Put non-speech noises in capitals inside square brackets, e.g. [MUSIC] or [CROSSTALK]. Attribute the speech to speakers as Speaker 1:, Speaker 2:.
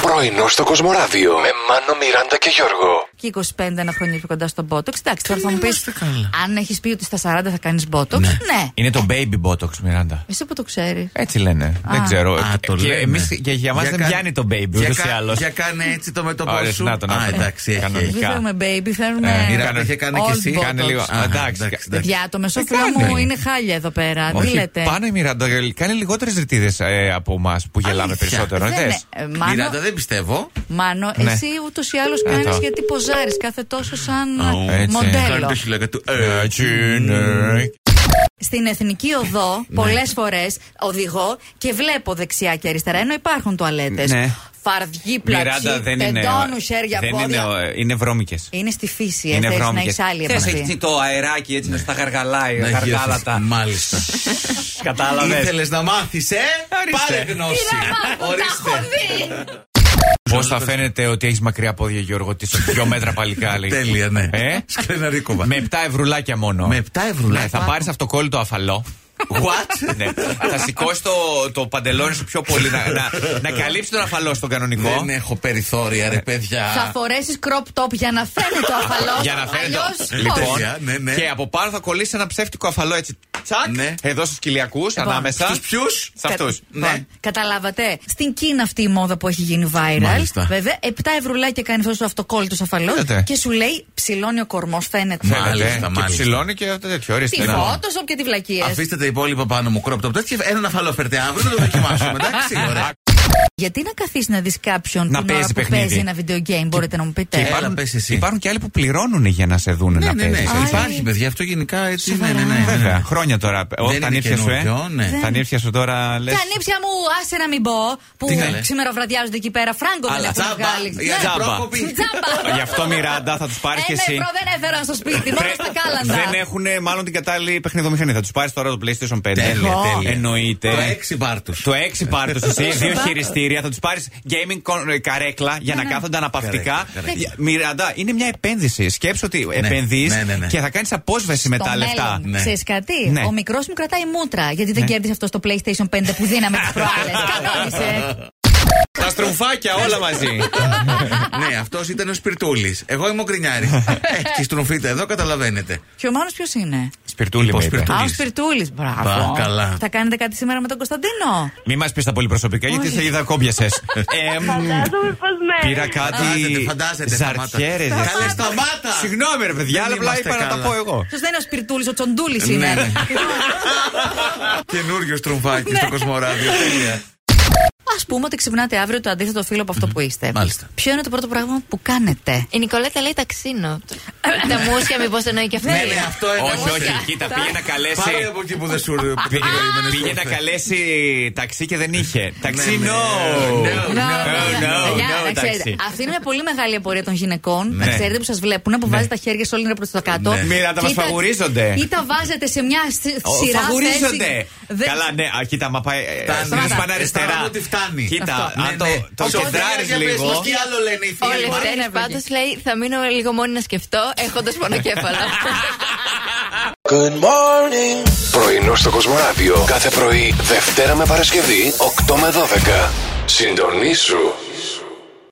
Speaker 1: Πρωινό στο Κοσμοράδιο με Μάνο, Μιράντα και Γιώργο.
Speaker 2: και 25 ένα χρόνο πιο κοντά στον Botox. Εντάξει, τώρα θα μου πει.
Speaker 3: είμαστε καλά.
Speaker 2: Αν έχεις πει ότι στα 40 θα κάνεις Botox. Ναι.
Speaker 4: Είναι το baby botox, Μιράντα.
Speaker 2: Εσύ που το ξέρεις.
Speaker 4: Έτσι λένε. Δεν ξέρω.
Speaker 3: Α, το
Speaker 4: και
Speaker 3: λένε.
Speaker 4: εμείς- και για μας δεν
Speaker 3: κα-
Speaker 4: πιάνει το baby,
Speaker 3: για
Speaker 4: ούτως ή
Speaker 3: κα-
Speaker 4: άλλως.
Speaker 3: Για κάνε έτσι το μέτωπο
Speaker 4: Ωραία,
Speaker 3: σου.
Speaker 4: να το, να
Speaker 3: Α,
Speaker 4: το.
Speaker 3: εντάξει, έχει,
Speaker 4: Κανονικά.
Speaker 3: έχει.
Speaker 2: Δεν θέλουμε baby, θέλουμε.
Speaker 4: Ε,
Speaker 3: Η Ράντα
Speaker 4: Κάνε-
Speaker 3: είχε κάνει
Speaker 2: Old
Speaker 3: και εσύ.
Speaker 2: botox.
Speaker 4: Κάνε λίγο.
Speaker 3: Α,
Speaker 4: Α, Εντάξει.
Speaker 3: εντάξει, εντάξει.
Speaker 2: Παιδιά, το μεσόφυλλο
Speaker 4: Τι κάνει?
Speaker 2: μου είναι χάλια εδώ πέρα. Τι
Speaker 4: Όχι,
Speaker 2: λέτε.
Speaker 4: πάνω η Μιράντα κάνει λιγότερες ρητίδες από εμάς που γελάμε
Speaker 3: Αλήθεια.
Speaker 4: περισσότερο.
Speaker 2: Δεν
Speaker 4: Δες.
Speaker 2: είναι. Ε,
Speaker 3: Η
Speaker 2: Μάνο,
Speaker 3: Ράντα δεν πιστεύω.
Speaker 2: Μάνο,
Speaker 4: Ναι.
Speaker 2: εσύ ούτως ή άλλως
Speaker 4: Ε,
Speaker 2: κάνεις
Speaker 4: το.
Speaker 2: γιατί ποζάρει κάθε τόσο σαν
Speaker 3: Αου,
Speaker 2: ε,
Speaker 4: έτσι.
Speaker 2: μοντέλο.
Speaker 3: το χιλιάκα του.
Speaker 4: ε, Έτσι είναι.
Speaker 2: Στην εθνική οδό,
Speaker 4: Ναι.
Speaker 2: πολλές φορές οδηγώ και βλέπω δεξιά και αριστερά, ενώ υπάρχουν τουαλέτες.
Speaker 4: Ναι.
Speaker 2: Φαρδιοί,
Speaker 4: Μιράντα
Speaker 2: πλατοί,
Speaker 4: δεν είναι.
Speaker 2: τεντώνουν χέρια,
Speaker 4: δεν
Speaker 2: πόδια.
Speaker 4: είναι, ε, είναι βρώμικες.
Speaker 2: Είναι στη φύση, ε,
Speaker 4: Είναι
Speaker 2: θες να
Speaker 4: βρώμικες.
Speaker 2: έχει άλλη
Speaker 4: Θες
Speaker 2: επαφή.
Speaker 4: έτσι το αεράκι έτσι να στα γαργαλάει,
Speaker 3: Να
Speaker 4: γαργάλατα.
Speaker 3: γιώθεις.
Speaker 4: [LAUGHS]
Speaker 3: Μάλιστα.
Speaker 4: Κατάλαβες.
Speaker 3: Ήθελες να μάθεις, ε!
Speaker 4: Ορίστε.
Speaker 3: Πάρε γνώση. Ορίστε.
Speaker 4: Πώ θα φαίνεται ότι έχεις μακριά πόδια, Γιώργο, ότι είσαι δυο μέτρα
Speaker 3: [LAUGHS]
Speaker 4: παλικάρι.
Speaker 3: Τέλεια, ναι.
Speaker 4: Ε?
Speaker 3: Σκλεναρίκοβα.
Speaker 4: Με 7 ευρουλάκια μόνο.
Speaker 3: Με 7 ευρουλάκια.
Speaker 4: Ναι, θα πάρεις αυτοκόλλητο αφαλό.
Speaker 3: What?
Speaker 4: ναι. Θα σηκώσει το, το παντελόνι σου πιο πολύ. να, να, να καλύψει τον αφαλό στον κανονικό.
Speaker 3: Δεν έχω περιθώρια,
Speaker 4: Ε,
Speaker 3: ρε παιδιά.
Speaker 2: Θα φορέσεις crop top για να φαίνεται το αφαλός.
Speaker 4: Για να φαίνεται.
Speaker 2: Αλλιώς,
Speaker 4: Λοιπόν,
Speaker 2: όχι.
Speaker 3: Τέλεια, ναι, ναι.
Speaker 4: και από πάνω θα κολλήσει ένα ψεύτικο αφαλό έτσι. Τσακ,
Speaker 3: Ναι. Λοιπόν,
Speaker 4: εδώ στους κυλιακού, ανάμεσα.
Speaker 3: Στους ποιους?
Speaker 4: Σε αυτούς.
Speaker 2: Λοιπόν,
Speaker 3: Ναι.
Speaker 2: Καταλάβατε. Στην Κίνα αυτή η μόδα που έχει γίνει viral.
Speaker 3: Μάλιστα.
Speaker 2: Βέβαια, 7 ευρουλάκια κάνει αυτός το αυτοκόλλητο σαφαλό.
Speaker 4: Είδατε.
Speaker 2: Και σου λέει ψηλώνει ο κορμός, φαίνεται.
Speaker 3: Μάλιστα,
Speaker 4: ε, Και
Speaker 3: μάλιστα.
Speaker 4: ψηλώνει και τέτοιο.
Speaker 2: Τι
Speaker 4: Ορίστε. Ναι.
Speaker 2: φώτο, όποια τη βλακίες.
Speaker 3: Αφήστε τα υπόλοιπα πάνω μου κρόπτο. Τέτοιο ένα να φαλόφερτε αύριο, να το δοκιμάσουμε. Εντάξει,
Speaker 2: [LAUGHS]
Speaker 3: ωραία.
Speaker 2: Γιατί να καθίσει να δεις κάποιον
Speaker 4: Να
Speaker 2: την
Speaker 4: παίζει
Speaker 2: ώρα που
Speaker 4: παιχνίδι.
Speaker 2: παίζει ένα video game, μπορείτε να μου πείτε.
Speaker 3: και Έλα, πες εσύ.
Speaker 4: Υπάρχουν και άλλοι που πληρώνουν για να σε δουν
Speaker 3: Ναι,
Speaker 4: να
Speaker 3: ναι, ναι.
Speaker 4: παίζεις, έτσι.
Speaker 3: Υπάρχει, παιδιά, αυτό γενικά έτσι. Ναι, ναι, ναι.
Speaker 4: Βέβαια, χρόνια τώρα.
Speaker 3: είναι
Speaker 4: Όταν ήρθε σου, ε.
Speaker 3: καινούριο, ναι.
Speaker 4: Θα ανήρθια σου τώρα, λες.
Speaker 2: Τα νύψια μου, άσε να μην πω, που
Speaker 3: Τι καλέ.
Speaker 2: ξημεροβραδιάζονται εκεί πέρα. Φράγκο δεν
Speaker 3: Αλλά
Speaker 2: έχουν
Speaker 3: τσάμπα.
Speaker 2: βγάλει.
Speaker 3: για
Speaker 2: Ναι.
Speaker 4: τζάμπα.
Speaker 3: Πρόκοπη.
Speaker 2: Τζάμπα.
Speaker 4: Γι' αυτό Μιράντα θα τους πάρεις και
Speaker 3: Ε, ναι,
Speaker 2: Ένα
Speaker 4: εσύ.
Speaker 2: ευρώ δεν έφερα στο σπίτι, μόνο στα κάλαντα.
Speaker 4: Δεν έχουν μάλλον την κατάλληλη παιχνιδομηχανή. Θα τους πάρεις τώρα το PlayStation 5.
Speaker 3: Τέλεια, τέλεια.
Speaker 4: Εννοείται.
Speaker 3: Το έξι πάρτου.
Speaker 4: Το 6 πάρτο εσύ, δύο χειριστήρια, θα τους πάρεις gaming κον- ε, καρέκλα για
Speaker 2: Ναι.
Speaker 4: να κάθονται αναπαυτικά.
Speaker 3: Καρέκλα, καρέκλα.
Speaker 4: Για- Μιραντά, είναι μια επένδυση. Σκέψου ότι επενδύεις
Speaker 3: ναι, ναι, ναι.
Speaker 4: και θα κάνεις απόσβεση με
Speaker 2: Το
Speaker 4: τα λεφτά.
Speaker 2: μέλλον.
Speaker 3: Ναι.
Speaker 2: Ξέρεις κάτι,
Speaker 4: Ναι.
Speaker 2: ο μικρός μου κρατάει μούτρα. Γιατί δεν κέρδισε αυτό στο PlayStation 5 που δίναμε τις προάλλες.
Speaker 4: [LAUGHS]
Speaker 2: Κανόνισε.
Speaker 4: Τα στρουφάκια όλα μαζί.
Speaker 3: Ναι, αυτός ήταν ο Σπιρτούλης. Εγώ είμαι ο
Speaker 4: [LAUGHS]
Speaker 3: Γκρινιάρη. Έχει στροφείτε εδώ, καταλαβαίνετε.
Speaker 2: Και ο Μάνος ποιος είναι.
Speaker 4: Λοιπόν, Σπιρτούλη
Speaker 3: Πώς
Speaker 4: με
Speaker 3: [LAUGHS]
Speaker 4: είπε.
Speaker 3: σπιρτούλης.
Speaker 2: Α, ο
Speaker 3: Σπυρτούλης.
Speaker 2: Σπιρτούλης. Μπράβο.
Speaker 3: Μπα, καλά.
Speaker 2: Θα κάνετε κάτι σήμερα με τον Κωνσταντίνο.
Speaker 4: Μη μας πεις τα πολύ προσωπικά, γιατί
Speaker 2: Όχι.
Speaker 4: σε είδα κόμπιασες.
Speaker 5: Φαντάζομαι πως ναι.
Speaker 4: Πήρα κάτι.
Speaker 3: Φαντάζεται, φαντάζεται.
Speaker 4: Ζαρκιέρε.
Speaker 3: σταμάτα. Καλές, σταμάτα!
Speaker 4: Συγγνώμη, ρε παιδιά,
Speaker 3: Δεν
Speaker 4: αλλά απλά
Speaker 3: είμαστε
Speaker 4: είπα να τα
Speaker 3: καλά.
Speaker 4: πω εγώ.
Speaker 2: Ποιο δεν είναι ο Σπιρτούλης, ο Τσοντούλης είναι.
Speaker 3: Ναι, ναι. Καινούριο τρομφάκι
Speaker 2: Ναι.
Speaker 3: στο Κοσμοράδιο. Τέλεια.
Speaker 2: Ας πούμε ότι ξυπνάτε αύριο το αντίθετο φίλο από αυτό που είστε.
Speaker 3: Μάλιστα.
Speaker 2: Ποιο είναι το πρώτο πράγμα που κάνετε.
Speaker 5: Η Νικολέτα λέει ταξίνο. Τα μουσια, μήπως εννοεί και αυτή.
Speaker 3: Ναι, ναι, αυτό είναι.
Speaker 4: Όχι, όχι, κοίτα, πήγε να
Speaker 3: Πάρε
Speaker 4: καλέσει.
Speaker 3: από εκεί που δεν σου που δεν περίμενες
Speaker 4: Πήγε να
Speaker 3: ήρθε.
Speaker 4: καλέσει ταξί και δεν είχε. Ταξί,
Speaker 3: Ναι, ναι.
Speaker 4: no!
Speaker 3: No,
Speaker 2: No,
Speaker 4: No, no,
Speaker 2: παιδιά,
Speaker 4: no,
Speaker 2: να ξέρετε,
Speaker 4: ταξί.
Speaker 2: Αυτή είναι μια πολύ μεγάλη απορία των γυναικών. Να
Speaker 4: Ναι.
Speaker 2: ξέρετε που σας βλέπουν, που βάζετε τα χέρια σε όλη προ τα κάτω.
Speaker 3: Ναι.
Speaker 4: Μοίρα,
Speaker 2: Και
Speaker 4: τα μας
Speaker 2: ή τα-
Speaker 4: φαγουρίζονται.
Speaker 2: Ή τα βάζετε σε μια σι-
Speaker 4: Ω,
Speaker 2: σειρά.
Speaker 4: Φαγουρίζονται!
Speaker 2: θέση. Δεν-
Speaker 4: Καλά, ναι, α, κοίτα, μα πάει. ε,
Speaker 3: Φτάνει.
Speaker 4: συνήθως
Speaker 3: Σταμάτα.
Speaker 4: πάνε αριστερά.
Speaker 3: Αισθάνομαι ότι φτάνει. Ναι,
Speaker 4: Κοίτα,
Speaker 2: Αυτό.
Speaker 4: αν το- το
Speaker 3: Οπότε,
Speaker 4: κεντράρεις
Speaker 3: για πες μας,
Speaker 4: λίγο.
Speaker 3: Τι άλλο λένε οι
Speaker 5: Ο
Speaker 3: φίλοι μας.
Speaker 2: Λευτέρης
Speaker 5: Λευτέρη πάντως λέει θα μείνω λίγο μόνη να σκεφτώ έχοντας πονοκέφαλα.
Speaker 3: [LAUGHS]
Speaker 1: Good morning. Πρωινό στο Κοσμοράδιο κάθε πρωί, Δευτέρα με Παρασκευή, 8 με 12. Συντονίσου